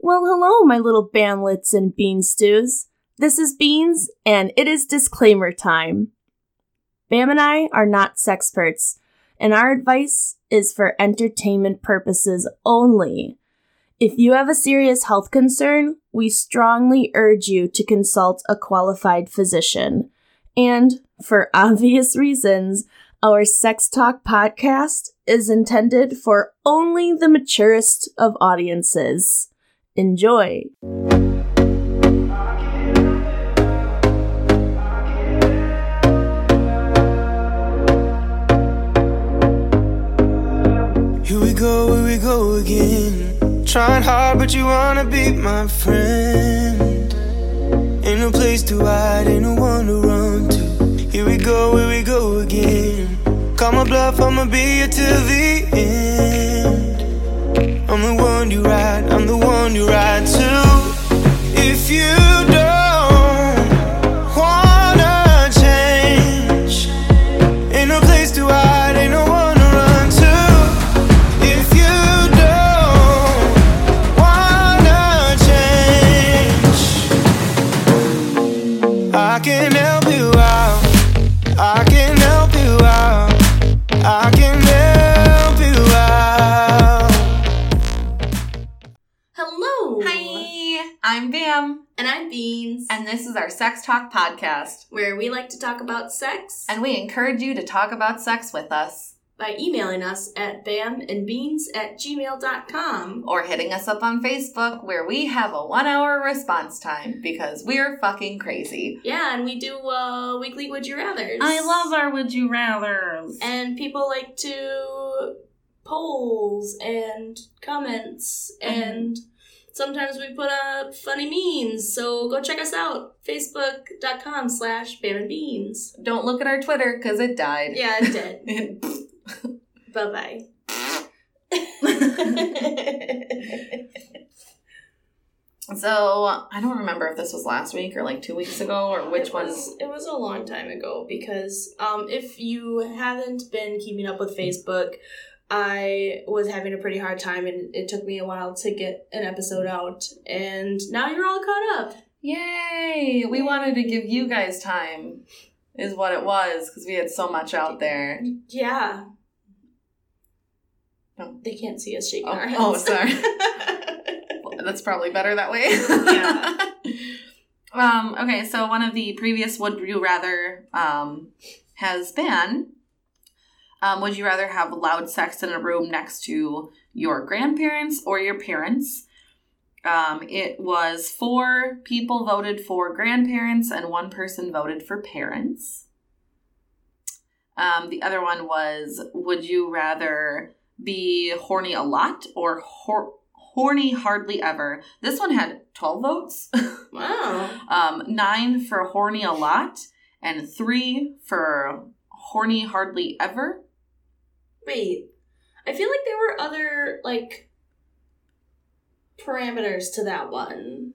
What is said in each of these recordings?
Well, hello, my little banlets and bean stews. This is Beans, and it is disclaimer time. Bam and I are not sexperts, and our advice is for entertainment purposes only. If you have a serious health concern, we strongly urge you to consult a qualified physician. And for obvious reasons, our Sex Talk podcast is intended for only the maturest of audiences. Enjoy. Here we go, here we go again. Trying hard, but you wanna be my friend. Ain't no place to hide, ain't no one to run to. Here we go, here we go again. Call my bluff, I'ma be here till the end. I'm the one you ride, I'm the one you ride to. If you don't wanna change, ain't no place to hide, ain't no one to run to. If you don't wanna change, I can help you out. I can help you out. I can help you out. Hello. Hi. I'm Bam, And I'm Beans, and this is our Sex Talk podcast, where we like to talk about sex and we encourage you to talk about sex with us by emailing us at bamandbeans at gmail.com. or hitting us up on Facebook where we have a 1-hour response time because we're fucking crazy. Yeah, and we do uh, weekly Would You Rathers. our would you rathers. And people like to polls and comments, and sometimes we put up funny memes. So go check us out. Facebook.com slash Bam and Beans. Don't look at our Twitter cuz it died. Yeah, it did. It- bye bye. so, I don't remember if this was last week or like 2 weeks ago or which it one's was, it was a long time ago because um, if you haven't been keeping up with facebook i was having a pretty hard time and it took me a while to get an episode out and now you're all caught up Yay! We wanted to give you guys time, is what it was, because we had so much out there. yeah Oh. they can't see us shaking Oh, our heads oh, sorry. Well, That's probably better that way. Yeah. um, okay, so one of the previous Would You Rather um, has been um, Would you rather have loud sex in a room next to your grandparents or your parents? Um, it was four people voted for grandparents and one person voted for parents. Um, the other one was Would you rather be horny a lot or hor- horny hardly ever. This one had 12 votes, wow um, nine for horny a lot, and three for horny hardly ever. wait i feel like there were other like parameters to that one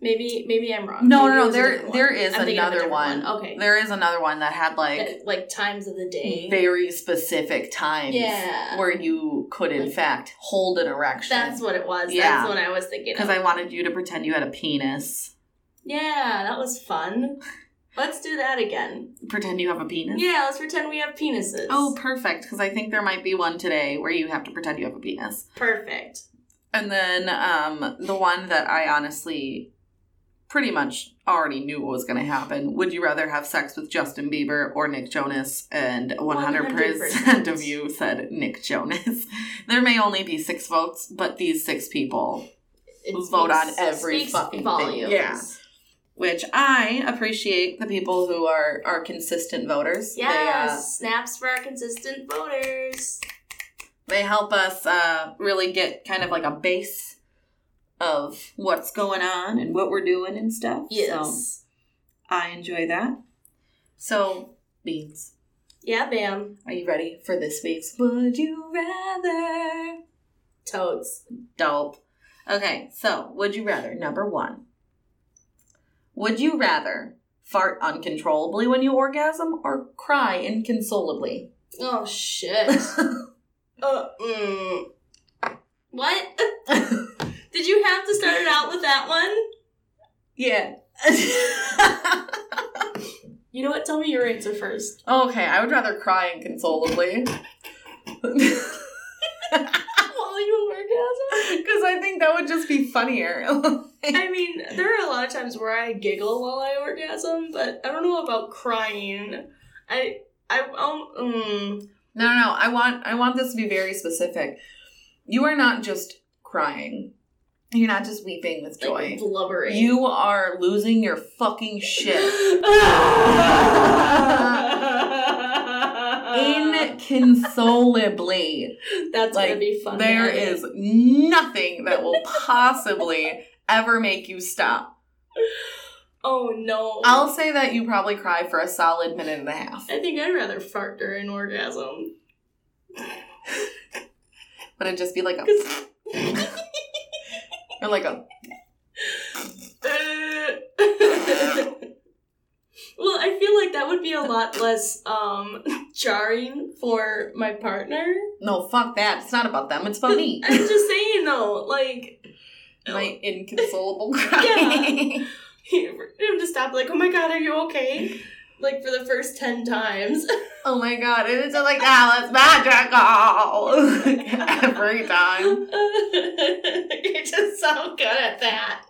maybe maybe i'm wrong No, Maybe it no, no. was a There, different there one. is I'm thinking of a another different one. okay There is another one that had like like, like times of the day. very specific times Yeah. where you could, in Like- fact, hold an erection. That's what it was. Yeah. That's what I was thinking. because Of. I wanted you to pretend you had a penis. yeah, that was fun. Let's do that again. Pretend you have a penis. Yeah, let's pretend we have penises. Oh, perfect. Because I think there might be one today where you have to pretend you have a penis. perfect. And then um, the one that I honestly pretty much already knew what was going to happen. Would you rather have sex with Justin Bieber or Nick Jonas? And 100%, 100%. of you said Nick Jonas. there may only be six votes, but these six people, It Vote on speaks- every speaks fucking thing. volumes. Yeah. which I appreciate the people who are, are consistent voters. They, uh, Yes, snaps for our consistent voters. They, help us uh, really get kind of like a base of what's going on and what we're doing and stuff. So- Yes. I enjoy that. So, Beans, Yeah, bam. are you ready for this week's Would You Rather? Toads. Dope. Okay, so, Would You Rather, number one. Would you rather fart uncontrollably when you orgasm or cry inconsolably? Oh shit. uh, mm. What? Did you you have to start it out with that one? Yeah. You know what? Tell me your answer first. okay, I would rather cry inconsolably. Because While you orgasm? I think that would just be funnier. I mean, there are a lot of times where I giggle while I orgasm, but I don't know about crying. I I um, mm, No, no, no. I want I want this to be very specific. You are not just crying. You're not just weeping with like joy. blubbering. You are losing your fucking shit. Inconsolably. That's like, gonna be fun. There is nothing that will possibly ever make you stop. Oh no! I'll say that you probably cry for a solid minute and a half. I think I'd rather fart during orgasm. But it'd just be like a 'Cause- or like a well, I feel like that would be a lot less um jarring for my partner. no, fuck that. It's not about them, it's about me. I'm just saying though, like My inconsolable crying. him to stop like, oh my god, are you okay? Like for the first ten times. Oh my god, it was just like Alice magical Oh, every time. You're just so good at that.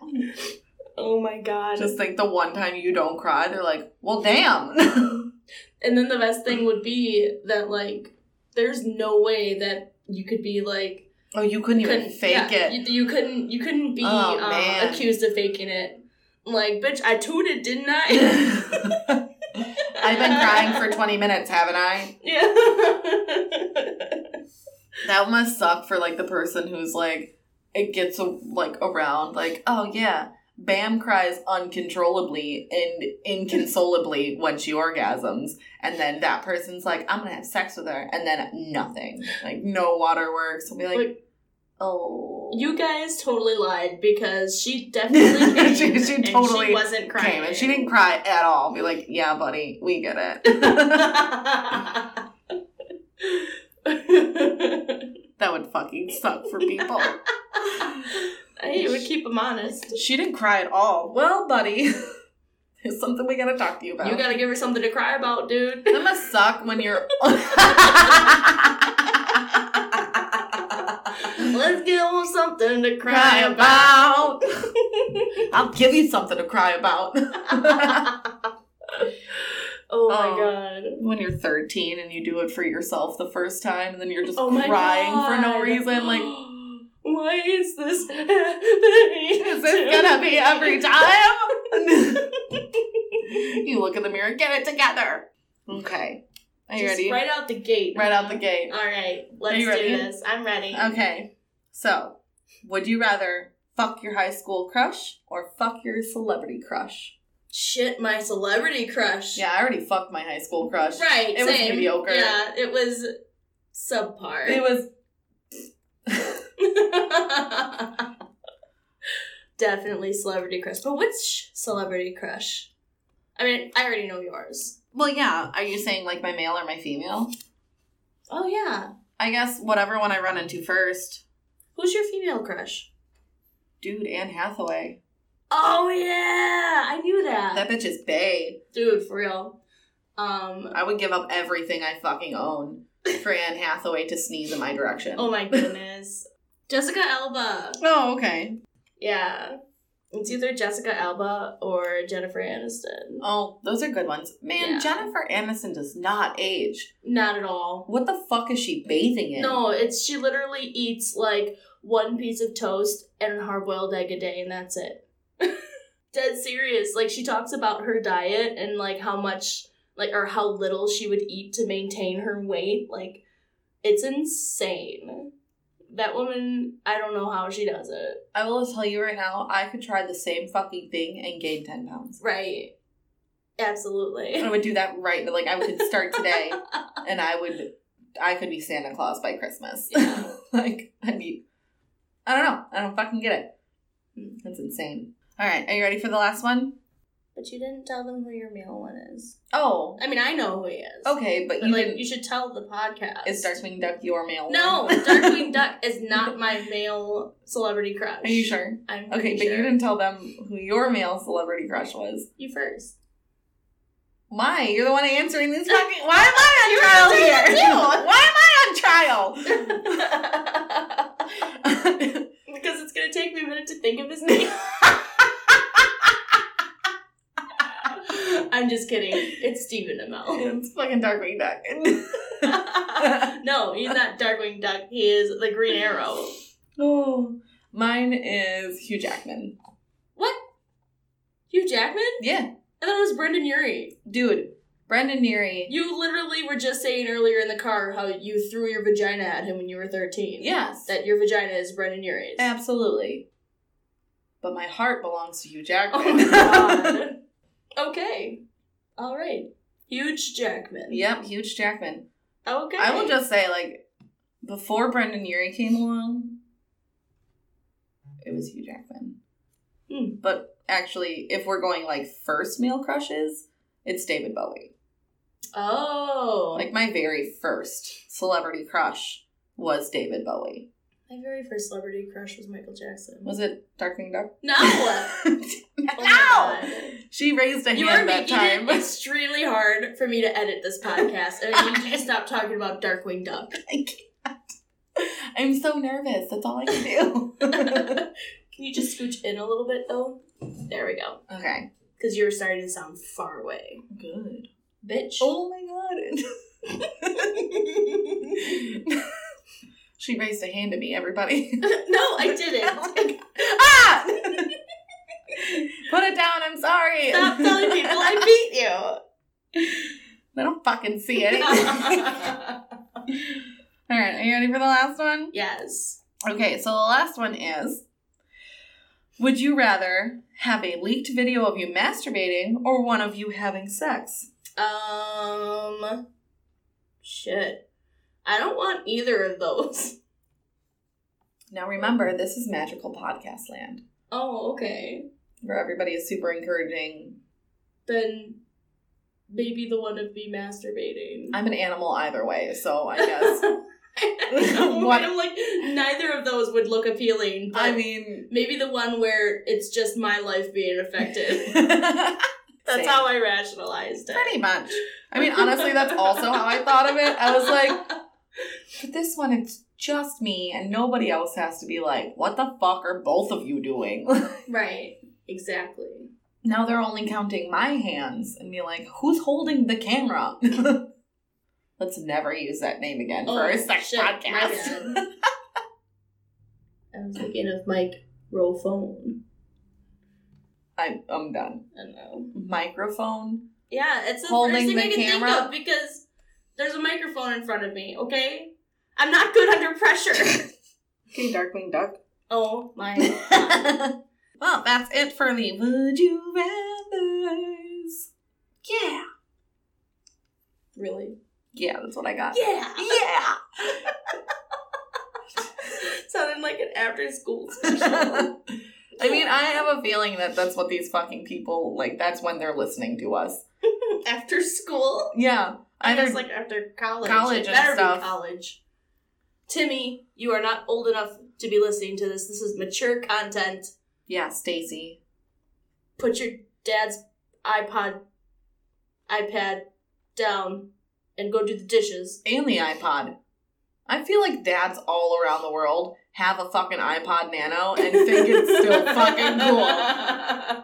Oh my god. Just like the one time you don't cry, they're like, well, damn. and then the best thing would be that like there's no way that you could be like oh, you couldn't even couldn't- fake yeah, it. You, you couldn't you couldn't be Oh, um, man. accused of faking it. Like, bitch, I tooted, didn't I? I've been crying for 20 minutes, haven't I? Yeah. That must suck for like the person who's like, it gets like around, like, oh yeah, Bam cries uncontrollably and inconsolably when she orgasms. And then that person's like, I'm gonna have sex with her. And then nothing. Like, no water works. I'll be like, Like, oh. You guys totally lied because she definitely came She- she and totally she wasn't crying. came and she didn't cry at all. I'll be like, yeah, buddy, we get it. that that would fucking suck for people. hey, it would keep them honest. She didn't cry at all. Well, buddy, there's something we gotta talk to you about. You gotta give her something to cry about, dude. That must suck when you're. Let's give her something to cry cry about. about. I'll give you something to cry about. oh my Oh. god. when you're 13 and you do it for yourself the first time, and then you're just Oh my crying god. for no reason, like. why is this happening? Is this gonna be every time? you look in the mirror, get it together. Okay. Are you Just ready? Right, Right out the gate. out the gate. All right, let's Are you do ready? Um, this. I'm ready. Okay. So, would you rather fuck your high school crush or fuck your celebrity crush? Shit, my celebrity crush. Yeah, I already fucked my high school crush. Right. It was same. mediocre. Yeah, it was subpar. It was Definitely celebrity crush. But which celebrity crush? I mean, I already know yours. well, yeah. Are you saying like my male or my female? Oh yeah. I guess whatever one I run into first. Who's your female crush? Dude, Anne Hathaway. Oh yeah, I knew that. That bitch is bae. Dude, for real. Um. I would give up everything I fucking own for Anne Hathaway to sneeze in my direction. Oh my goodness. Jessica Alba. Oh, okay. Yeah. It's either Jessica Alba or Jennifer Aniston. Oh, those are good ones. Man, Yeah. Jennifer Aniston does not age. Not at all. What the fuck is she bathing in? No, it's she literally eats like one piece of toast and a hard boiled egg a day, and that's it. Dead serious. Like she talks about her diet and like how much, like or how little she would eat to maintain her weight. Like it's insane. That woman, I don't know how she does it. I will tell you right now, I could try the same fucking thing and gain 10 pounds. Right. Absolutely. I would do that right, but like I could start today and I would, I could be Santa Claus by Christmas. Yeah. like, I'd be, I don't know. I don't fucking get it. That's insane. All right, are you ready for the last one? But you didn't tell them who your male one is. Oh, I mean, I know who he is. okay, but, But, you like, didn't. you should tell the podcast. Is Darkwing Duck your male? No, one? Darkwing Duck is not my male celebrity crush. Are you sure? I'm Okay, pretty but you sure. didn't tell them who your male celebrity crush was. You first. My, you're the one answering this fucking. Why am I on You're trial here? Why am because I on trial? it's gonna take me a minute to think of his name. I'm just kidding. It's Stephen Amell. it's fucking Darkwing Duck. no, he's not Darkwing Duck. He is the Green Arrow. oh, mine is Hugh Jackman. What? Hugh Jackman? Yeah, I thought it was Brendan Urie. dude, Brendan Neary. You literally were just saying earlier in the car how you threw your vagina at him when you were 13. yes, That your vagina is Brendan Urie's. absolutely. But my heart belongs to Hugh Jackman. Oh my god. okay. All right. Huge Jackman. Yep, huge Jackman. Okay. I will just say, like, before Brendan Urie came along, it was Hugh Jackman. Hmm. But actually, if we're going like first male crushes, it's David Bowie. Oh. Like my very first celebrity crush was David Bowie. my very first celebrity crush was Michael Jackson. Was it Darkwing Duck? no. no. Oh my God. She raised a You are hand that making time. it extremely hard for me to edit this podcast, and I need you to stop talking about Darkwing Duck. I can't. I'm so nervous. That's all I can do. Can you just scooch in a little bit, though? There we go. okay. Because you're starting to sound far away, Good. bitch. Oh my god. she raised a hand to me, everybody. no, I didn't. ah! Put it down, I'm sorry. Stop telling people I beat you. I don't fucking see it. Alright, are you ready for the last one? yes. Okay, so the last one is Would you rather have a leaked video of you masturbating or one of you having sex? Um. Shit. I don't want either of those. Now remember, this is magical podcast land Oh, okay. where everybody is super encouraging. Then maybe the one of me masturbating. I'm an animal either way, so I guess. What- what? I'm like, neither of those would look appealing. But I mean, maybe the one where it's just my life being affected. That's Same. how I rationalized it. pretty much. I mean, honestly, that's also how I thought of it. I was like, for this one, it's just me, and nobody else has to be like, what the fuck are both of you doing? right, exactly. now they're only counting my hands and be like, who's holding the camera? Let's never use that name again for a sex shit, my podcast. bad. I was thinking of Mike roll phone. I'm, I'm done. I don't know. Microphone. Yeah, it's the Holding first thing the I can camera? think of because there's a microphone in front of me. Okay, I'm not good under pressure. Okay, Darkwing Duck. oh my! God. well, that's it for the Would You Rather's. Yeah. really? Yeah, that's what I got. Yeah. Yeah. Sounded like an after-school special. I mean, I have a feeling that that's what these fucking people like. That's when they're listening to us. after school. Yeah. I Either guess like after college. college it and better stuff. be college. Timmy, you are not old enough to be listening to this. This is mature content. yeah, Stacy. Put your dad's iPod iPad down and go do the dishes. And the iPod. I feel like dads all around the world have a fucking iPod Nano and think it's still fucking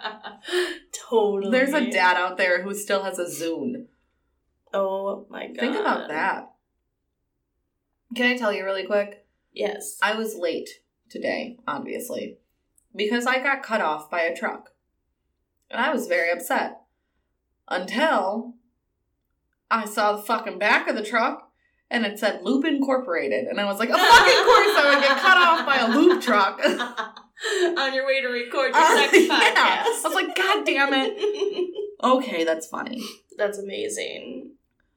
cool. cool. totally. There's a dad out there who still has a Zune. Oh my god. Think about that. Can I tell you really quick? Yes. I was late today, obviously, because I got cut off by a truck. And I was very upset. Until I saw the fucking back of the truck and it said Loop Incorporated. And I was like, a fucking course I would get cut off by a Loop truck. On your way to record your Uh, sex yeah. podcast. I was like, God damn it. Okay, that's funny. That's amazing.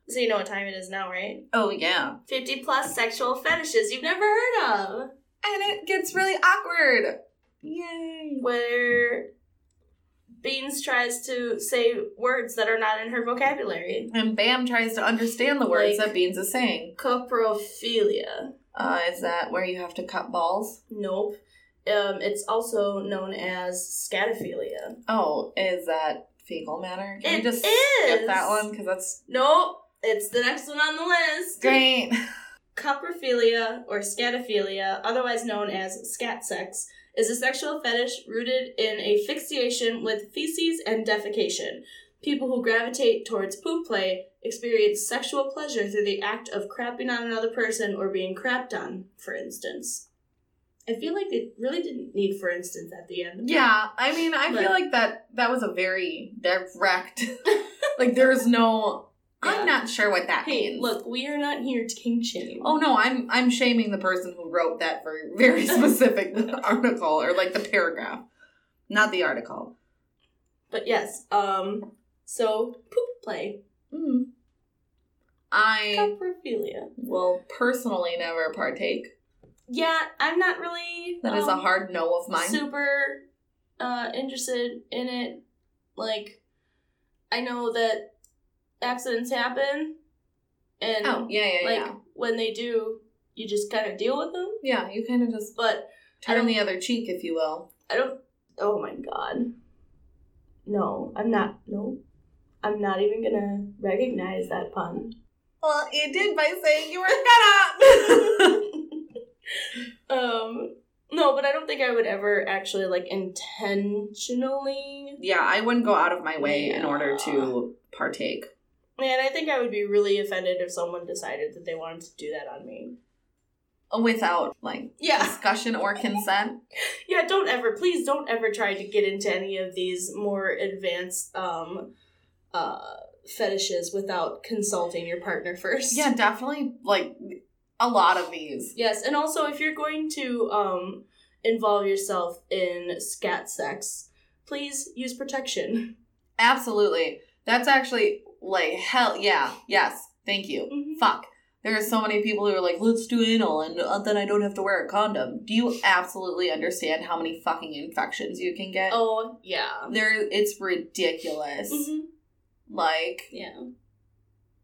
So you know what time it is now, right? Oh, yeah. 50 plus sexual fetishes you've never heard of. And it gets really awkward. Yay. Where Beans tries to say words that are not in her vocabulary. And Bam tries to understand the words Like- that Beans is saying. Coprophilia. Uh, is that where you have to cut balls? Nope. Um, it's also known as scatophilia. Oh, is that fecal matter? Can It we just is. skip that one? Because that's Nope. It's the next one on the list. great. Coprophilia, or scatophilia, otherwise known as scat sex, is a sexual fetish rooted in asphyxiation with feces and defecation. People who gravitate towards poop play experience sexual pleasure through the act of crapping on another person or being crapped on, for instance. I feel like it really didn't need for instance at the end. Yeah, I mean, I But- feel like that that was a very direct. like there's no. Yeah. I'm not sure what that Hey, means. look, we are not here to king shame. Oh no, I'm I'm shaming the person who wrote that very very specific article or like the paragraph, not the article. But yes, um, so poop play. Mm. I Coprophilia. will personally never partake. Yeah, I'm not really. That is a um, hard no of mine. Super uh, interested in it. Like, I know that accidents happen, and oh yeah yeah like yeah when they do, you just kind of deal with them. yeah. You kind of just But I turn don't- the other cheek, if you will. I don't. Oh my god. No, I'm not. No, I'm not even gonna recognize that pun. Well, you did by saying you were gonna. Um. No, but I don't think I would ever actually like intentionally yeah, I wouldn't go out of my way in order to partake. Man, I think I would be really offended if someone decided that they wanted to do that on me. Without like Yeah. discussion or consent, Yeah, don't ever, please don't ever try to get into any of these more advanced um uh fetishes without consulting your partner first. yeah, definitely like a lot of these. Yes, and also if you're going to um involve yourself in scat sex, please use protection. Absolutely. That's actually like hell. Yeah. Yes. Thank you. Mhm. Fuck. There are so many people who are like, let's do anal and uh, then I don't have to wear a condom. Do you absolutely understand how many fucking infections you can get? Oh, yeah. There, it's ridiculous. Mhm. Like, Yeah.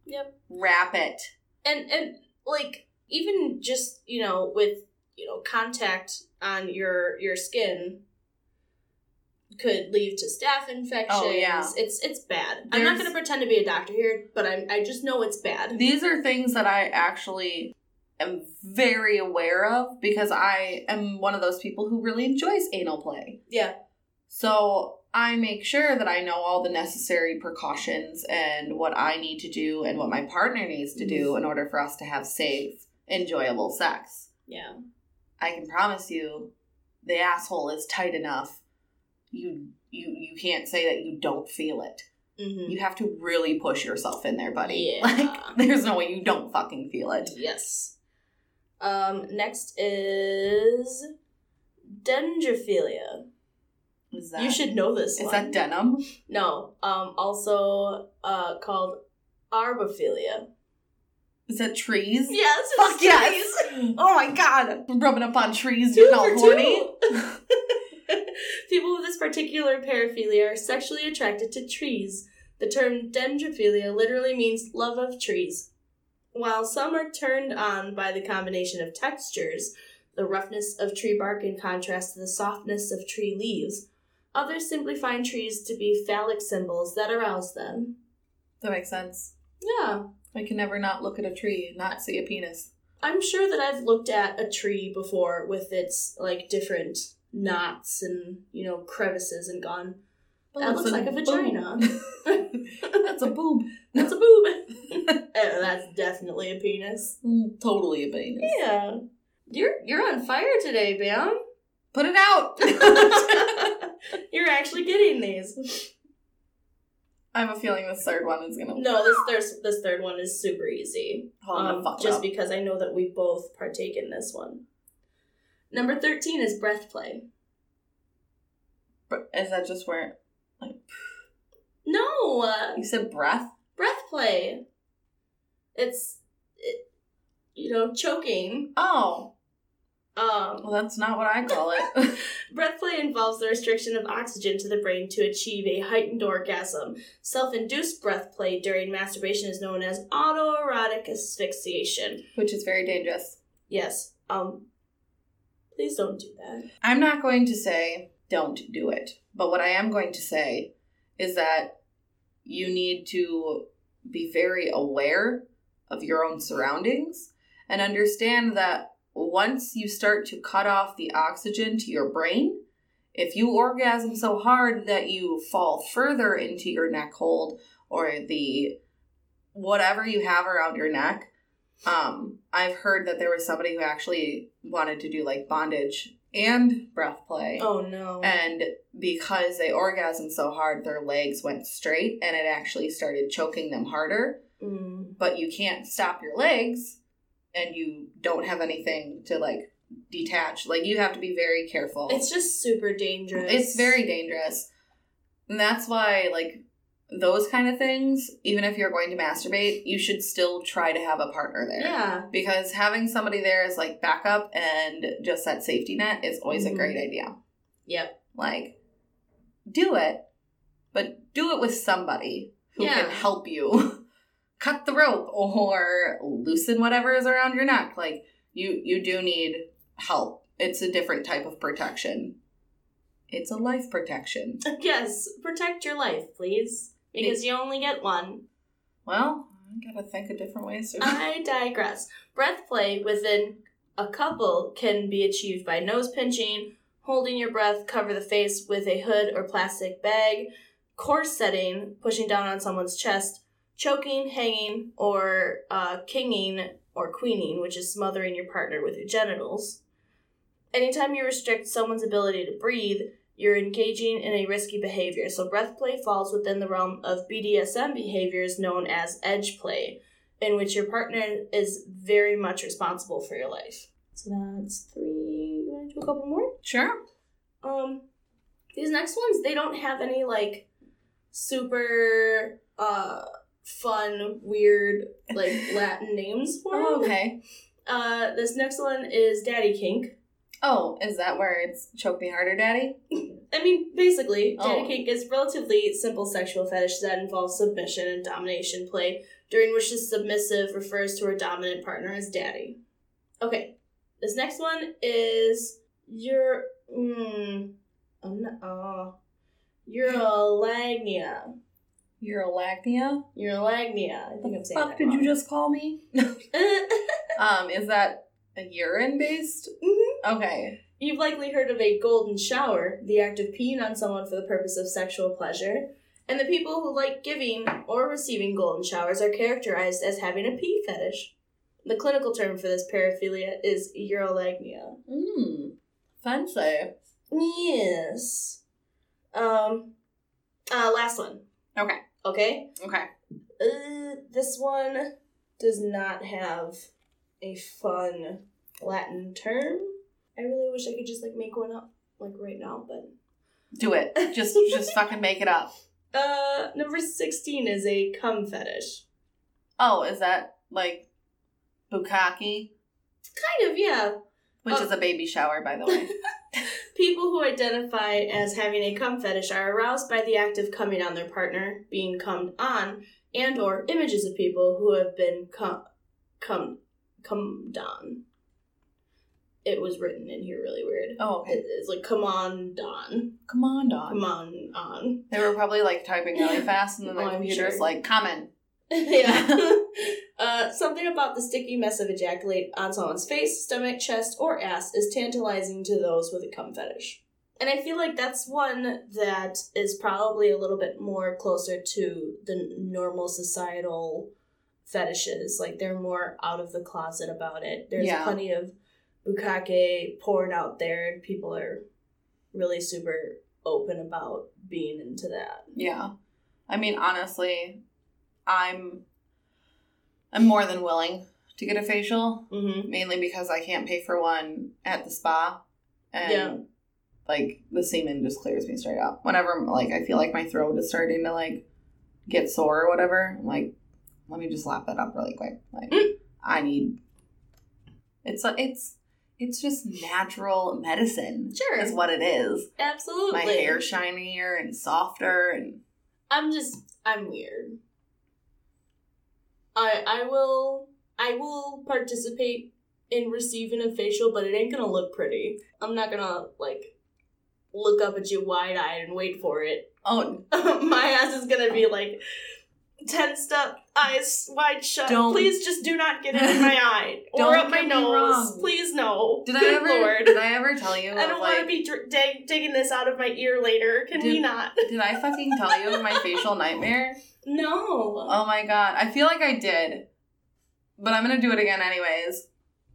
Yep. wrap it. and and like even just you know with you know contact on your your skin could lead to staph infections. Oh, yeah. It's it's bad. I'm not There's- going to pretend to be a doctor here, but I'm I just know it's bad. These are things that I actually am very aware of because I am one of those people who really enjoys anal play. Yeah. So I make sure that I know all the necessary precautions and what I need to do and what my partner needs to do in order for us to have safe, enjoyable sex. Yeah. I can promise you the asshole is tight enough. You you you can't say that you don't feel it. Mhm. You have to really push yourself in there, buddy. Yeah. Like there's no way you don't fucking feel it. Yes. Um next is dendrophilia. Is that you should know this Is one. that denim? no. Um also uh called arbophilia. Is that trees? Yes. Fuck it's yes! trees. Oh my god! Rubbing up on trees, getting all horny. two. People with this particular paraphilia are sexually attracted to trees. The term dendrophilia literally means love of trees. While some are turned on by the combination of textures, the roughness of tree bark in contrast to the softness of tree leaves, others simply find trees to be phallic symbols that arouse them. That makes sense. Yeah, I can never not look at a tree and not see a penis. I'm sure that I've looked at a tree before with its like different knots and you know crevices and gone. That looks like a vagina. that's a boob. That's a boob. Oh, that's definitely a penis. Mm, totally a penis. Yeah, you're you're on fire today, Bam. Put it out. you're actually getting these. I have a feeling this third one is gonna. No, this third this third one is super easy. Oh, I'm gonna Um, fuck it just up. because I know that we both partake in this one. Number thirteen is breath play. But is that just where No, uh, you said breath? breath play. It's, it, you know, choking. Oh, Um, Well, that's not what I call it. Breath play involves the restriction of oxygen to the brain to achieve a heightened orgasm. Self induced breath play during masturbation is known as autoerotic asphyxiation. Which is very dangerous. Yes, um, please don't do that. I'm not going to say don't do it, but what I am going to say is that you need to be very aware of your own surroundings and understand that once you start to cut off the oxygen to your brain, if you orgasm so hard that you fall further into your neck hold or the whatever you have around your neck, um, I've heard that there was somebody who actually wanted to do like bondage and breath play. Oh no. And because they orgasmed so hard, their legs went straight and it actually started choking them harder. Mm. But you can't stop your legs and you don't have anything to like detach. Like you have to be very careful. It's just super dangerous. It's very dangerous. And that's why, like, those kind of things, even if you're going to masturbate, you should still try to have a partner there. Yeah. Because having somebody there is like backup and just that safety net is always a Mhm. great idea. Yep. Like, do it, but do it with somebody who Yeah. can help you cut the rope or loosen whatever is around your neck. Like, you you do need help. It's a different type of protection. It's a life protection. Yes, protect your life, please, because you only get one. Well, I gotta think of different ways to. I digress. Breath play within a couple can be achieved by nose pinching, holding your breath, cover the face with a hood or plastic bag, corseting, pushing down on someone's chest, choking, hanging, or uh, kinging or queening, which is smothering your partner with your genitals. Anytime you restrict someone's ability to breathe, you're engaging in a risky behavior. So, breath play falls within the realm of BDSM behaviors known as edge play in which your partner is very much responsible for your life. So that's three. You want to do a couple more? sure. Um, these next ones they don't have any like super uh fun weird like Latin names for Oh, them. okay. Uh, this next one is daddy kink. Oh, is that where it's choke me harder, daddy? I mean, basically, daddy Oh. kink is relatively simple sexual fetish that involves submission and domination play, during which the submissive refers to her dominant partner as daddy. Okay, this next one is your mm, I'm not oh, urolagnia. Urolacnia? Urolagnia. I think I'm saying Fuck, that did you wrong. just call me? um, is that a urine based? Mm-hmm. Okay. You've likely heard of a golden shower, the act of peeing on someone for the purpose of sexual pleasure. And the people who like giving or receiving golden showers are characterized as having a pee fetish. The clinical term for this paraphilia is urolagnia. Mmm. Fancy. Yes. Um, uh, last one. Okay. Okay? Okay. Uh, this one does not have a fun Latin term. I really wish I could just like make one up like right now, but Do it. Just just fucking make it up. Uh, number 16 is a cum fetish. Oh, is that like bukkake? Kind of, yeah. Which is a Oh. baby shower, by the way. People who identify as having a cum fetish are aroused by the act of coming on their partner, being cummed on, and or images of people who have been cum cum cummed on. It was written in here really weird. Oh, okay. It- It's like come on don. Come on, Come dog. on on. They were probably like typing really fast, and then the Oh, I'm computer's sure. like, "Comment." yeah. uh, something about the sticky mess of ejaculate on someone's face, stomach, chest, or ass is tantalizing to those with a cum fetish. And I feel like that's one that is probably a little bit more closer to the normal societal fetishes. Like they're more out of the closet about it. There's Yeah. plenty of bukkake porn out there, and people are really super open about being into that. Yeah. I mean, honestly, I'm I'm more than willing to get a facial, Mm-hmm. mainly because I can't pay for one at the spa, and Yeah. like the semen just clears me straight up. Whenever like I feel like my throat is starting to like get sore or whatever, I'm like, Mm. let me just lap that up really quick. Like, I need. It's it's It's just natural medicine. Sure. Is what it is. My Absolutely. hair shinier and softer and I'm just I'm weird. I I will I will participate in receiving a facial, but it ain't gonna look pretty. I'm not gonna like look up at you wide eyed and wait for it. oh My ass is gonna be like tensed up, eyes wide shut. Don't- Please just do not get it in my eye or Don't up my get me nose. wrong. Please no. did I Good ever Lord. did I ever tell you I don't want to be dr- dig- digging this out of my ear later. Can we Did- not? did I fucking tell you my facial nightmare? No. Oh my god. I feel like I did. But I'm gonna do it again anyways.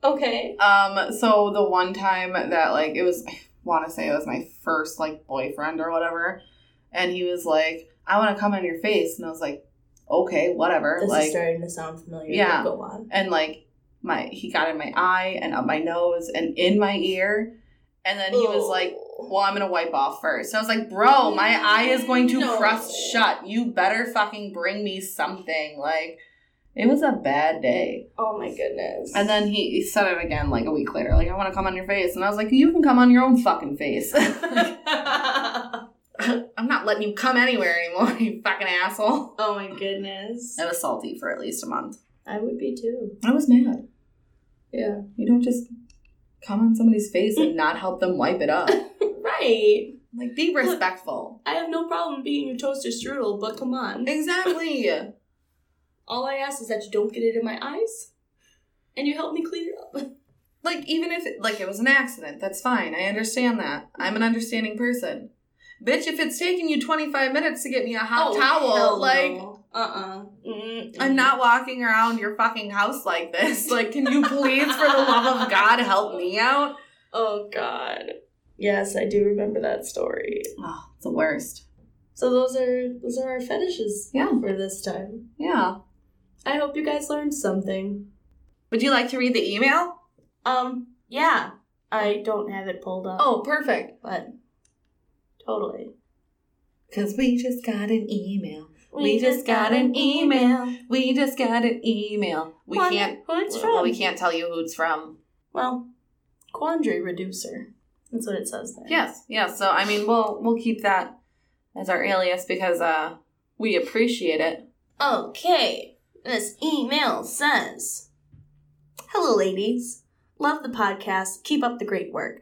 Okay. Um, so the one time that like it was I wanna say it was my first like boyfriend or whatever, and he was like, I wanna come on your face and I was like, Okay, whatever. This like is starting to sound familiar. Yeah. Go on. and like my he got in my eye and up my nose and in my ear. And then he was like, Well, I'm gonna wipe off first. I was like, Bro, my eye is going to No. crust shut. You better fucking bring me something. Like it was a bad day. "Oh my goodness." And then he he said it again like a week later, like, I want to come on your face. And I was like, You can come on your own fucking face. oh I'm not letting you come anywhere anymore, you fucking asshole. my goodness. I was salty for at least a month. I would be too. I was mad. Yeah. You don't just come on somebody's face and not help them wipe it up. Right. Like, be respectful. I have no problem being your toaster strudel, but come on. Exactly. All I ask is that you don't get it in my eyes, and you help me clean it up. Like, even if, it, like, it was an accident, that's fine. I understand that. I'm an understanding person. Bitch, if it's taking you 25 minutes to get me a hot towel, like, Uh Oh, uh-uh. Mm-mm. I'm not walking around your fucking house like this. Like, can you please, for the love of God, help me out? Oh God. Yes, I do remember that story. Oh, the worst. So those are those are our fetishes. Yeah. For this time, Yeah. I hope you guys learned something. Would you like to read the email? Um. Yeah. I don't have it pulled up. Oh, perfect. but totally. Because we just got an email. We just got an email. We just got an email. We Wonder can't. Who it's well, from? we can't tell you who it's from. Well, quandary reducer. That's what it says there. Yes, yes. So I mean, we'll we'll keep that as our alias because uh, we appreciate it. Okay, this email says Hello, ladies. Love the podcast. Keep up the great work.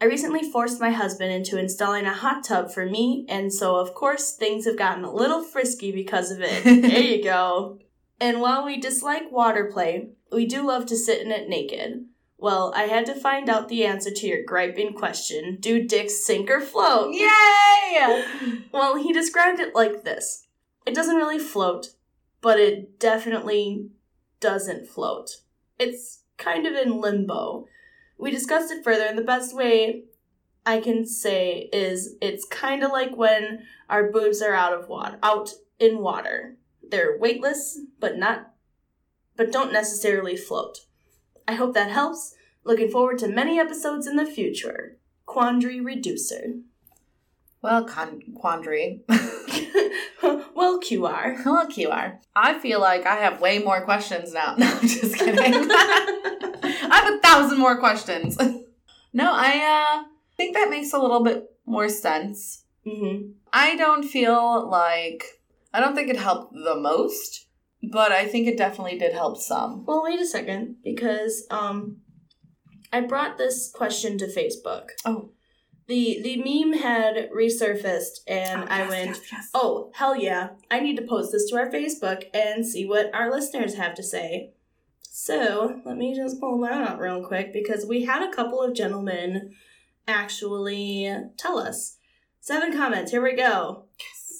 I recently forced my husband into installing a hot tub for me, and so of course things have gotten a little frisky because of it. there you go. And while we dislike water play, we do love to sit in it naked. Well, I had to find out the answer to your griping question do dicks sink or float? Yay! Well, he described it like this It doesn't really float, but it definitely doesn't float. It's kind of in limbo. We discussed it further, and the best way I can say is it's kind of like when our boobs are out of water, out in water. They're weightless, but not, but don't necessarily float. I hope that helps. Looking forward to many episodes in the future. Quandary Reducer. Well, con- quandary. well, QR. Hello, QR. I feel like I have way more questions now. No, I'm just kidding. I have a thousand more questions. no, I uh, think that makes a little bit more sense. Mm-hmm. I don't feel like I don't think it helped the most, but I think it definitely did help some. Well, wait a second, because um, I brought this question to Facebook. Oh. The the meme had resurfaced, and Oh, I yes, went, yes, yes. "Oh hell yeah! I need to post this to our Facebook and see what our listeners have to say." So let me just pull that out real quick because we had a couple of gentlemen actually tell us seven comments. Here we go.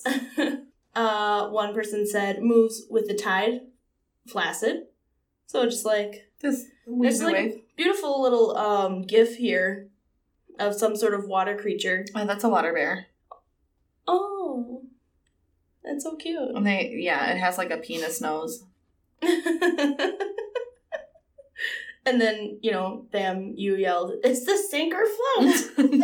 Yes. uh, one person said moves with the tide, flaccid. So just like This it's like a beautiful little um gif here of some sort of water creature. Oh, that's a water bear. Oh, that's so cute. And they yeah, it has like a penis nose. and then you know, bam! You yelled, "It's the sink or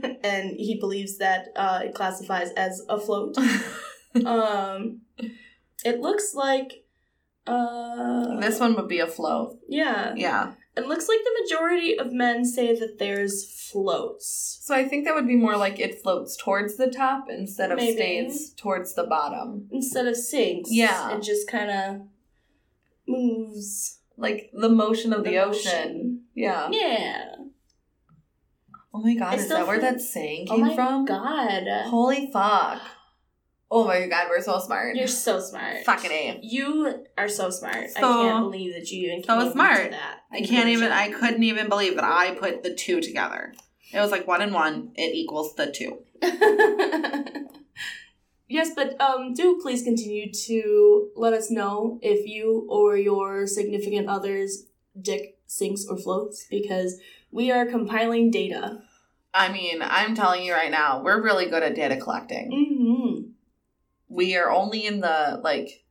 float," and he believes that uh, it classifies as a float. um, it looks like uh, this one would be a flow. Yeah, Yeah. It looks like the majority of men say that theirs floats. So I think that would be more like it floats towards the top instead of Maybe. stays towards the bottom. Instead of sinks, Yeah. it just kind of moves. Like the motion of the, The ocean. motion. Yeah. Yeah. Oh my god, It's is so that where fun. that saying Oh came my from? god. Holy fuck. Oh my god, we're so smart. You're so smart. Fucking A. You are so smart. I So- can't believe that you even so came up with smart. that. I can't even, I couldn't even believe that I put the two together. It was like one and one, it equals the two. yes, but um, do please continue to let us know if you or your significant other's dick sinks or floats because we are compiling data. I mean, I'm telling you right now, we're really good at data collecting. Mm-hmm. We are only in the like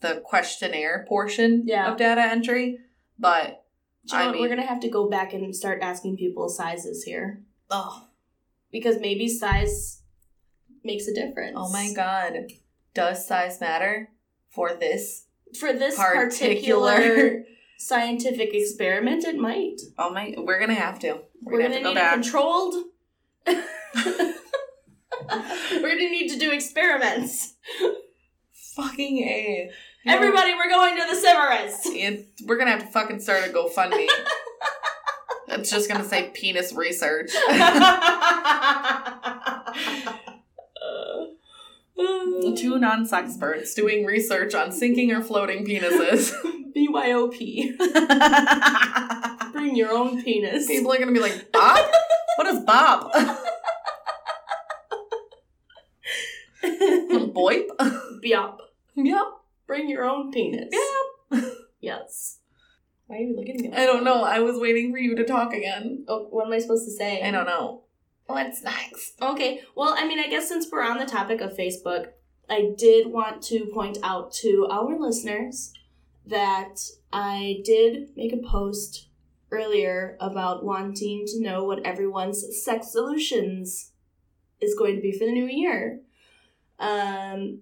the questionnaire portion Yeah. of data entry, but I mean- we're gonna have to go back and start asking people sizes here oh, because maybe size makes a difference. oh my god. Does size matter for this? For this Particular. particular scientific experiment, it might. Oh my, we're going to have to. We're gonna, need a controlled. we're gonna need to do experiments. Fucking A. Everybody, we're going to the Severus. It, we're gonna have to fucking start a GoFundMe. it's just gonna say penis research. Two non sexperts doing research on sinking or floating penises. Uh, BYOP. Bring your own penis. People are gonna be like, Bob? What is Bob? Boip? Biop. Yep. Bring your own penis. Yeah. Yes. Why are you looking at me? like I don't that? know. I was waiting for you to talk again. Oh, what am I supposed to say? I don't know. What's next? Okay. Well, I mean, I guess since we're on the topic of Facebook, I did want to point out to our listeners that I did make a post earlier about wanting to know what everyone's sex solutions is going to be for the new year. Um,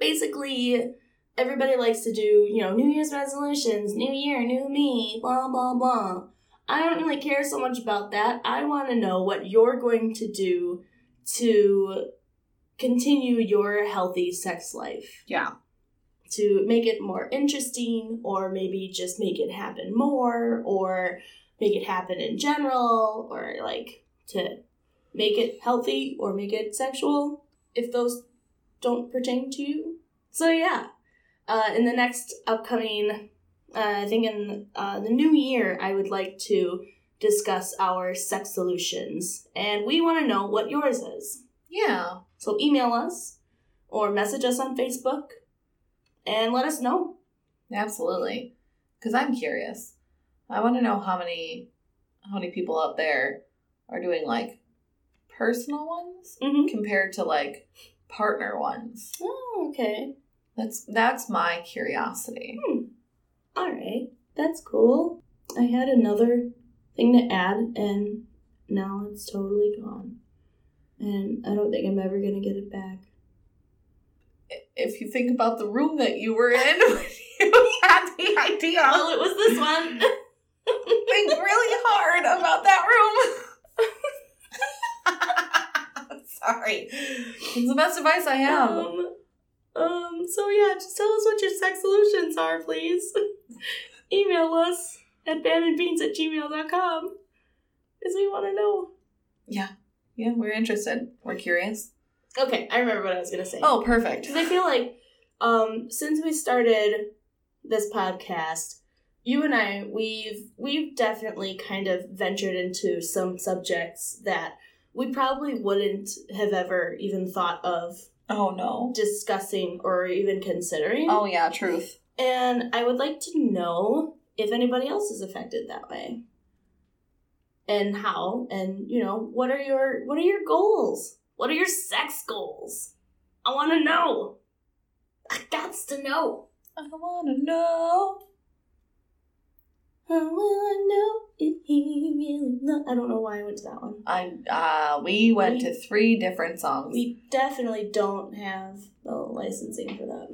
basically, everybody likes to do, you know, New Year's resolutions, new year, new me, blah, blah, blah. I don't really care so much about that. I want to know what you're going to do to continue your healthy sex life, Yeah. to make it more interesting, or maybe just make it happen more, or make it happen in general, or like to make it healthy or make it sexual if those don't pertain to you. So, yeah, uh, in the next upcoming uh, I think in uh, the new year, I would like to discuss our sex solutions, and we want to know what yours is. Yeah. So email us or message us on Facebook and let us know. Absolutely. Because I'm curious. I want to know how many how many people out there are doing like personal ones Mm-hmm. compared to like partner ones. Oh, okay. That's that's my curiosity. All right. That's cool. I had another thing to add, and now it's totally gone. And I don't think I'm ever going to get it back. If you think about the room that you were in when you had the idea, Well, it was this one. think really hard about that room. Sorry. It's the best advice I have. Um, um, so yeah, just tell us what your sex solutions are, please. Email us at bandedbeans at gmail.com because we want to know. Yeah, we're interested. We're curious. Okay, I remember what I was going to say. Oh, perfect. Because I feel like um, since we started this podcast, you and I, we've we've definitely kind of ventured into some subjects that we probably wouldn't have ever even thought of Oh no. discussing or even considering. Oh yeah, truth. And I would like to know if anybody else is affected that way. And how and you know, what are your what are your goals? What are your sex goals? I want to know. I gots to know. I wanna know. I want to know if he really lo- I don't know why I went to that one. I uh we went to three different songs. We definitely don't have the licensing for that.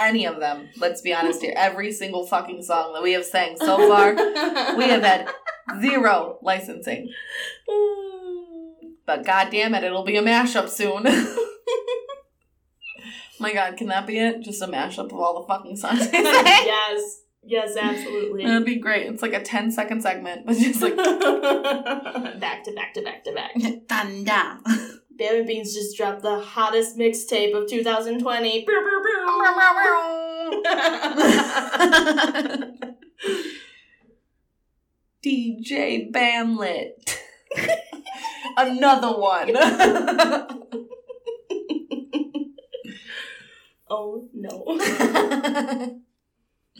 Any of them. Let's be honest here. Every single fucking song that we have sang so far, we have had zero licensing. But goddamn it, it'll be a mashup soon. My god, can that be it? Just a mashup of all the fucking songs we sang? yes. Yes, absolutely. That'd be great. It's like a 10 second segment, but just like back to back to back to back. Thunder. Bam and Beans just dropped the hottest mixtape of 2020. Brr, brr, brr. DJ Bamlet. Another one. oh no.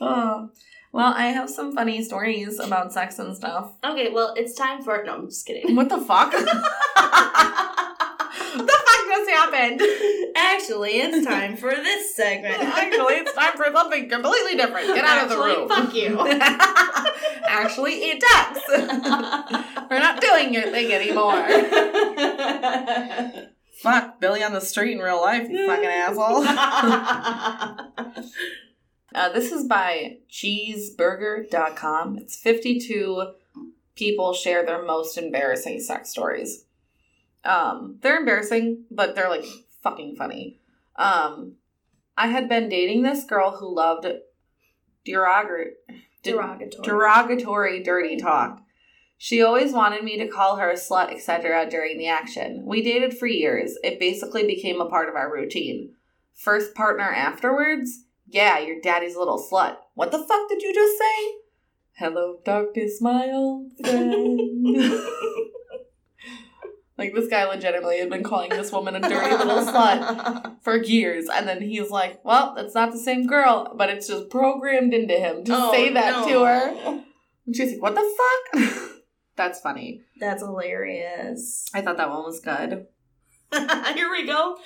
oh. Well, I have some funny stories about sex and stuff. Okay, well, it's time for No, I'm just kidding. What the fuck? the fuck just happened? Actually, it's time for this segment. Actually, it's time for something completely different. Get out of the Actually, room. Fuck you. Actually, it does. We're not doing your thing anymore. Fuck, Billy on the street in real life, you fucking asshole. Uh, this is by cheeseburger.com. It's 52 people share their most embarrassing sex stories. Um, they're embarrassing, but they're like fucking funny. Um, I had been dating this girl who loved derogatory, Derogatory. derogatory dirty talk. She always wanted me to call her a slut, etc. during the action. We dated for years. It basically became a part of our routine. First partner afterwards? Yeah, your daddy's a little slut. What the fuck did you just say? Hello, darkness, my old friend. like, this guy legitimately had been calling this woman a dirty little slut for years. And then he's like, well, that's not the same girl, but it's just programmed into him to Oh, say that no. to her. And she's like, what the fuck? That's funny. That's hilarious. I thought that one was good. Here we go.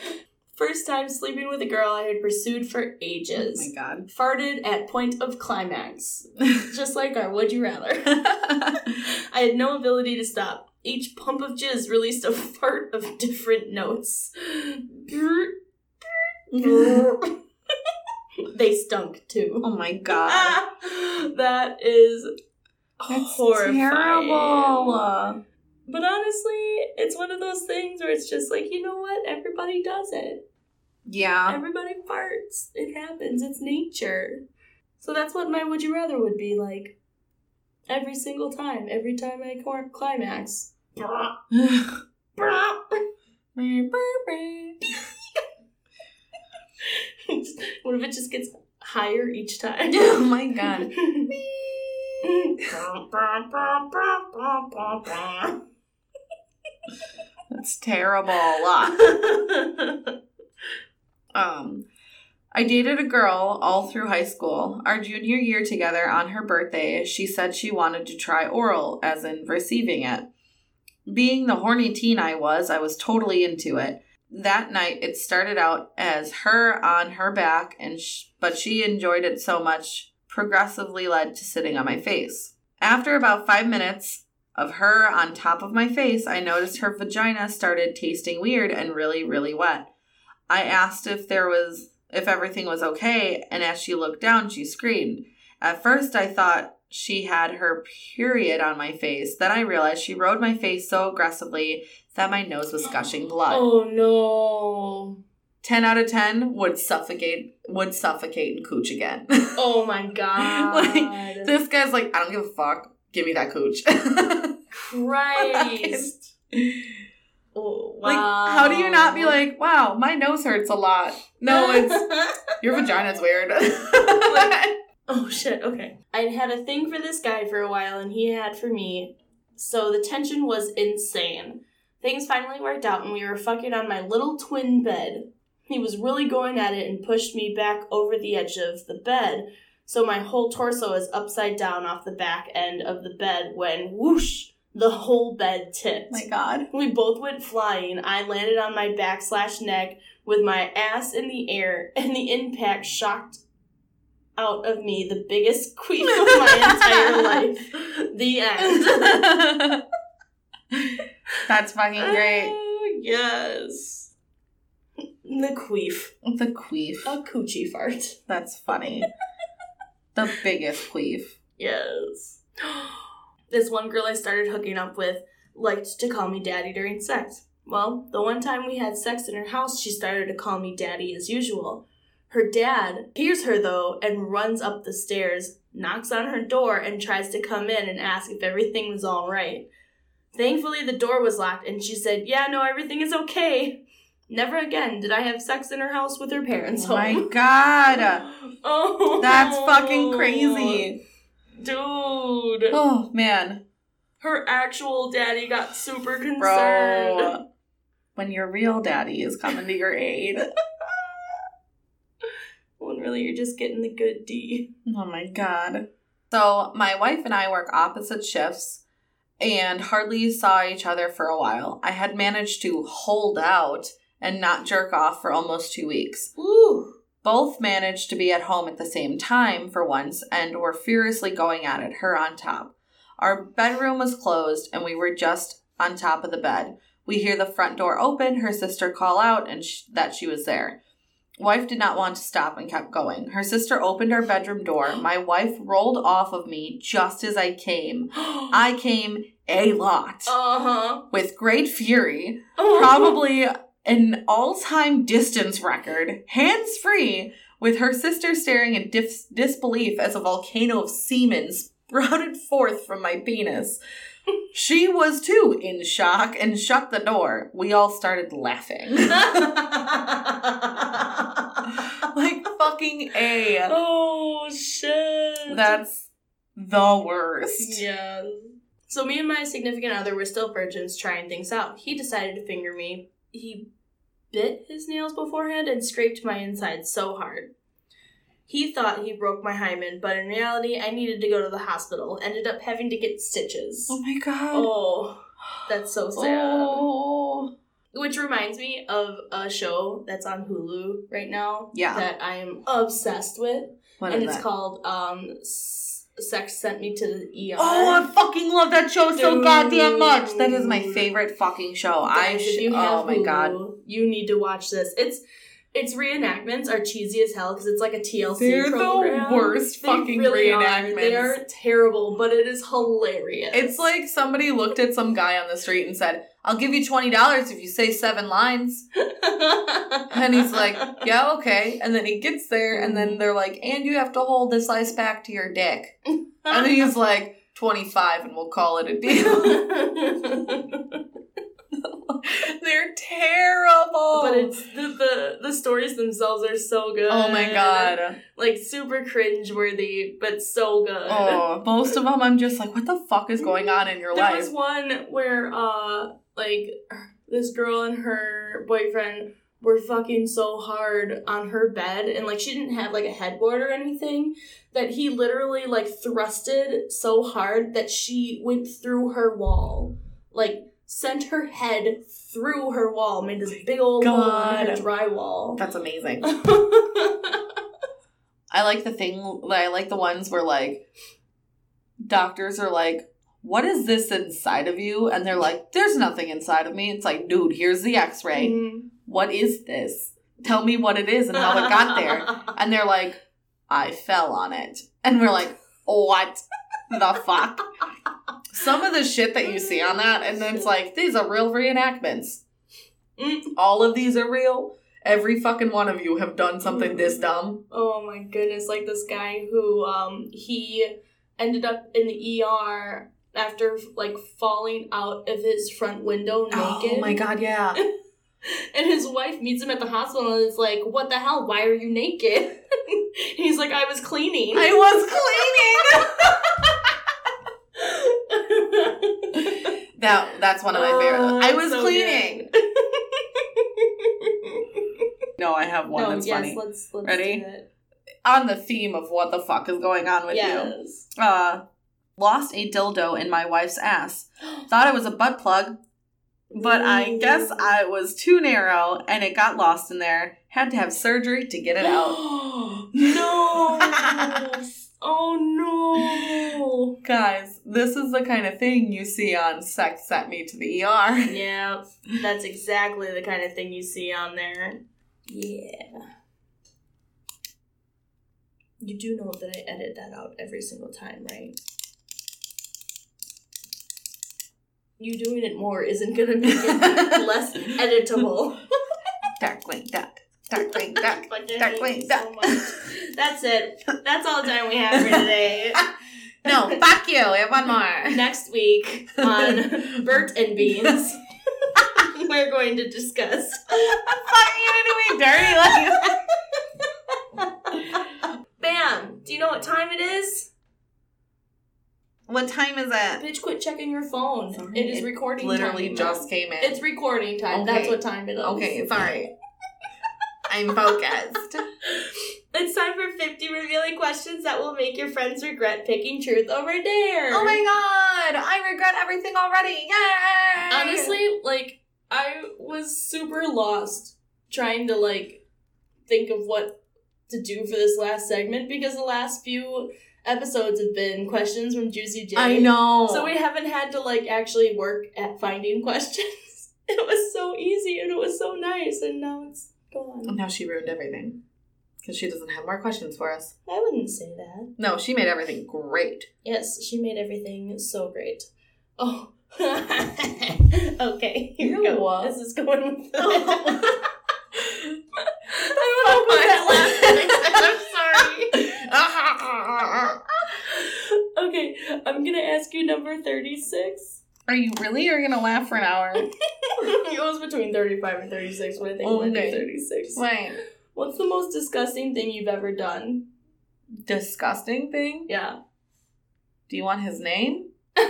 First time sleeping with a girl I had pursued for ages. Oh my god. Farted at point of climax. Just like our Would You Rather. I had no ability to stop. Each pump of jizz released a fart of different notes. Mm-hmm. they stunk too. oh my god. Ah, that is That's horrifying. terrible. But honestly, it's one of those things where it's just like, you know what? Everybody does it. Yeah. Everybody farts. It happens. It's nature. So that's what my would you rather would be like. Every single time, every time I cor- climax. what if it just gets higher each time? oh my god. That's terrible. Um, I dated a girl all through high school. Our junior year together on her birthday, she said she wanted to try oral, as in receiving it. Being the horny teen I was, I was totally into it. That night, it started out as her on her back, and sh- but she enjoyed it so much, progressively led to sitting on my face. After about five minutes of her on top of my face, I noticed her vagina started tasting weird and really, really wet. I asked if there was if everything was okay, and as she looked down, she screamed. At first, I thought she had her period on my face. Then I realized she rode my face so aggressively that my nose was gushing blood. oh no. 10 out of 10 would suffocate would suffocate and cooch again. Oh my god. Like, this guy's like, I don't give a fuck. Give me that cooch. Christ. Oh, wow. Like, how do you not be like, wow, my nose hurts a lot? No, it's your vagina's weird. oh shit, okay. I had a thing for this guy for a while and he had for me. So the tension was insane. Things finally worked out and we were fucking on my little twin bed. He was really going at it and pushed me back over the edge of the bed. So my whole torso is upside down off the back end of the bed when whoosh, the whole bed tipped. my god. We both went flying. I landed on my back slash neck with my ass in the air, and the impact shocked out of me the biggest queef of my entire life. The end. That's fucking great. Oh, yes. The queef. The queef. A coochie fart. That's funny. the biggest queef. Yes. This one girl I started hooking up with liked to call me daddy during sex. Well, the one time we had sex in her house, she started to call me daddy as usual. Her dad hears her though and runs up the stairs, knocks on her door, and tries to come in and ask if everything was all right. Thankfully, the door was locked and she said, Yeah, no, everything is okay. Never again did I have sex in her house with her parents. Oh my home. god. Oh, That's fucking crazy. Dude. Oh man. Her actual daddy got super concerned. Bro. When your real daddy is coming to your aid. When Oh, really you're just getting the good D. Oh my god. So, my wife and I work opposite shifts and hardly saw each other for a while. I had managed to hold out and not jerk off for almost two weeks. Ooh. Both managed to be at home at the same time for once and were furiously going at it, her on top. Our bedroom was closed and we were just on top of the bed. We hear the front door open, her sister call out and sh- that she was there. Wife did not want to stop and kept going. Her sister opened our bedroom door. My wife rolled off of me just as I came. uh I came a lot Oh. huh. with great fury probably an all-time distance record, hands-free, with her sister staring in dis- disbelief as a volcano of semen sprouted forth from my penis. She was too in shock and shut the door. We all started laughing. like fucking a. Oh shit. That's the worst. yeah. So me and my significant other were still virgins trying things out. He decided to finger me. He bit his nails beforehand and scraped my insides so hard. He thought he broke my hymen, but in reality, I needed to go to the hospital. Ended up having to get stitches. Oh my god. Oh, that's so sad. Oh. Which reminds me of a show that's on Hulu right now. Yeah. That I'm obsessed with, What and is it's that? called um, S- "Sex Sent Me to the ER." Oh, I fucking love that show so Dude. goddamn much. That is my favorite fucking show. I Guys, sh- oh my god. you need to watch this. It's its reenactments are cheesy as hell because it's like a TLC. They're the program. worst fucking Are. They reenactments. are terrible, but it is hilarious. It's like somebody looked at some guy on the street and said, "I'll give you twenty dollars if you say seven lines," and he's like, "Yeah, okay." And then he gets there, and then they're like, "And you have to hold this ice pack to your dick," and then he's like. 25 and we'll call it a deal. They're terrible. But it's the, the the stories themselves are so good. Oh my god. Like super cringe worthy, but so good. Oh, most of them, I'm just like, what the fuck is going on in your there life? was one where uh like this girl and her boyfriend were fucking so hard on her bed and like she didn't have like a headboard or anything that he literally like thrusted so hard that she went through her wall. Like sent her head through her wall, made this big old hole in her God. drywall. That's amazing. I like the thing. I like the ones where like doctors are like, "What is this inside of you?" And they're like, "There's nothing inside of me." It's like, dude, here's the X-ray. Mhm. What is this? Tell me what it is and how it got there. And they're like, "I fell on it." And we're like, "What the fuck?" Some of the shit that you see on that, and then it's like, these are real reenactments. Mm. All of these are real. Every fucking one of you have done something this dumb. Oh my goodness, like this guy who um he ended up in the ER after like falling out of his front window naked. Oh my god, yeah. And his wife meets him at the hospital and is like, "What the hell? Why are you naked?" and he's like, "I was cleaning." I was cleaning. that that's one of my favorite. Oh, I was so cleaning. No, I have one no, that's yes, funny. let's let's Ready? do it. On the theme of what the fuck is going on with you. Yes. Uh lost a dildo in my wife's ass. Thought it was a butt plug, but I guess I was too narrow and it got lost in there. Had to have surgery to get it out. no. oh no. Guys, this is the kind of thing you see on Sex Sent Me to the ER. Yeah, that's exactly the kind of thing you see on there. Yeah. You do know that I edit that out every single time, right? You doing it more isn't gonna make it less editable. Duckling duck. Duckling duck. Fucking Duck, hate wait, you duck. much. That's it. That's all the time we have for today. No, fuck you. I have one more. Next week on Bert and Beans, we're going to discuss. fuck you to be dirty like Bam! Do you know what time it is? What time is it? Bitch, quit checking your phone. Sorry, it is it recording Literally time. just came in. It's recording time. That's Okay. what time it is. okay, sorry. I'm focused. It's time for 50 revealing questions that will make your friends regret picking truth over dare. Oh my god! I regret everything already. Yay! honestly like i was super lost trying to like think of what to do for this last segment because the last few episodes have been questions from juicy j I know. so we haven't had to like actually work at finding questions it was so easy and it was so nice and now it's And gone Oh, now she ruined everything because she doesn't have more questions for us. i wouldn't say that No, she made everything great. yes she made everything so great oh okay here we Ew. go this is going with Oh. I don't know what that Are I'm sorry. okay, I'm gonna ask you number 36. you really? You're gonna laugh for an hour? it was between 35 and 36, but I think mine Okay. is 36. Wait, What's the most disgusting thing you've ever done? disgusting thing. Yeah. Do you want his name? I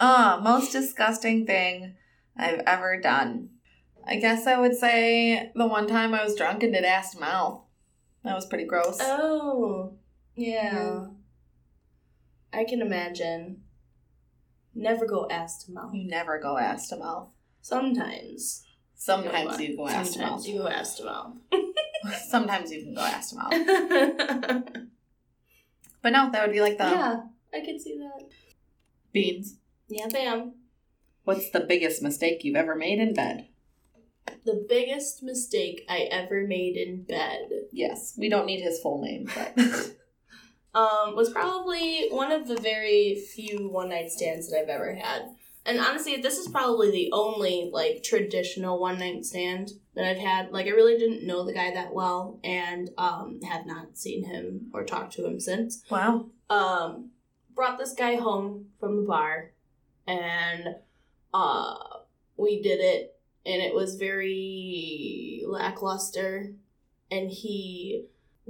uh, most disgusting thing I've ever done. I guess I would say the one time I was drunk and did ass to mouth. That was pretty gross. Oh, yeah. I can imagine. Never go ass to mouth. You never go ass to mouth. Sometimes. Sometimes you go ass to mouth. Sometimes you go ass to mouth. Sometimes you can go ass to mouth. But no, that would be like the yeah, I could see that. beans. Yeah, bam. What's the biggest mistake you've ever made in bed? The biggest mistake I ever made in bed Yes, we don't need his full name, but um, was probably one of the very few one night stands that I've ever had. And honestly, this is probably the only like traditional one night stand that I've had. Like I really didn't know the guy that well and um, have not seen him or talked to him since wow. um, brought this guy home from the bar and uh, we did it and it was very lackluster and he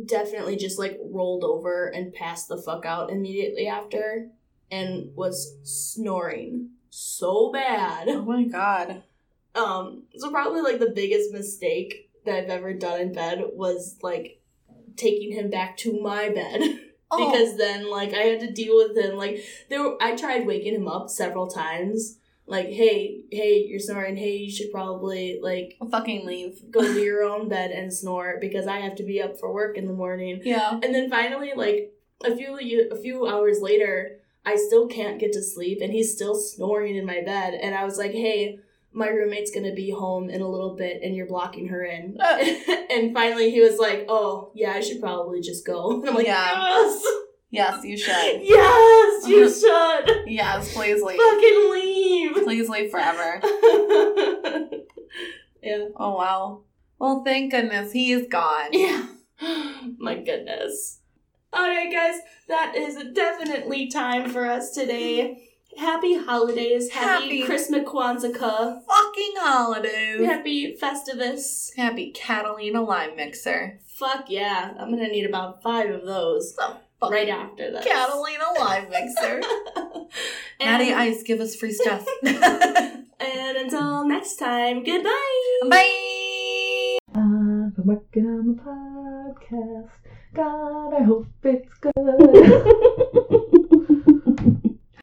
definitely just like rolled over and passed the fuck out immediately after and was snoring so bad Oh my god. um so probably like the biggest mistake that i've ever done in bed was like taking him back to my bed Oh. because then like I had to deal with him. Like there, were, I tried waking him up several times. Like, hey, hey, you're snoring. Hey, you should probably like I'll Oh, fucking leave. go to your own bed and snore because I have to be up for work in the morning. Yeah. And then finally, like a few ye- a few hours later, I still can't get to sleep, and he's still snoring in my bed. And I was like, hey. My roommate's gonna be home in a little bit, and you're blocking her in. and finally, he was like, "Oh, yeah, I should probably just go." And I'm like, Yeah. "Yes." Yes, you should. Yes, you should. Yes, please leave. Fucking leave. Please leave forever. yeah. Oh wow. Well, thank goodness he is gone. Yeah. My goodness. All right, guys, that is definitely time for us today. Happy holidays. Happy, Happy- Christmas Kwanzaa. Fucking holidays. Happy Festivus. Happy Catalina lime mixer. Fuck yeah. I'm going to need about five of those right after this. Catalina lime mixer. Natty And, Ice, give us free stuff. and until next time, goodbye. Bye. I've been working on the podcast. God, I hope it's good.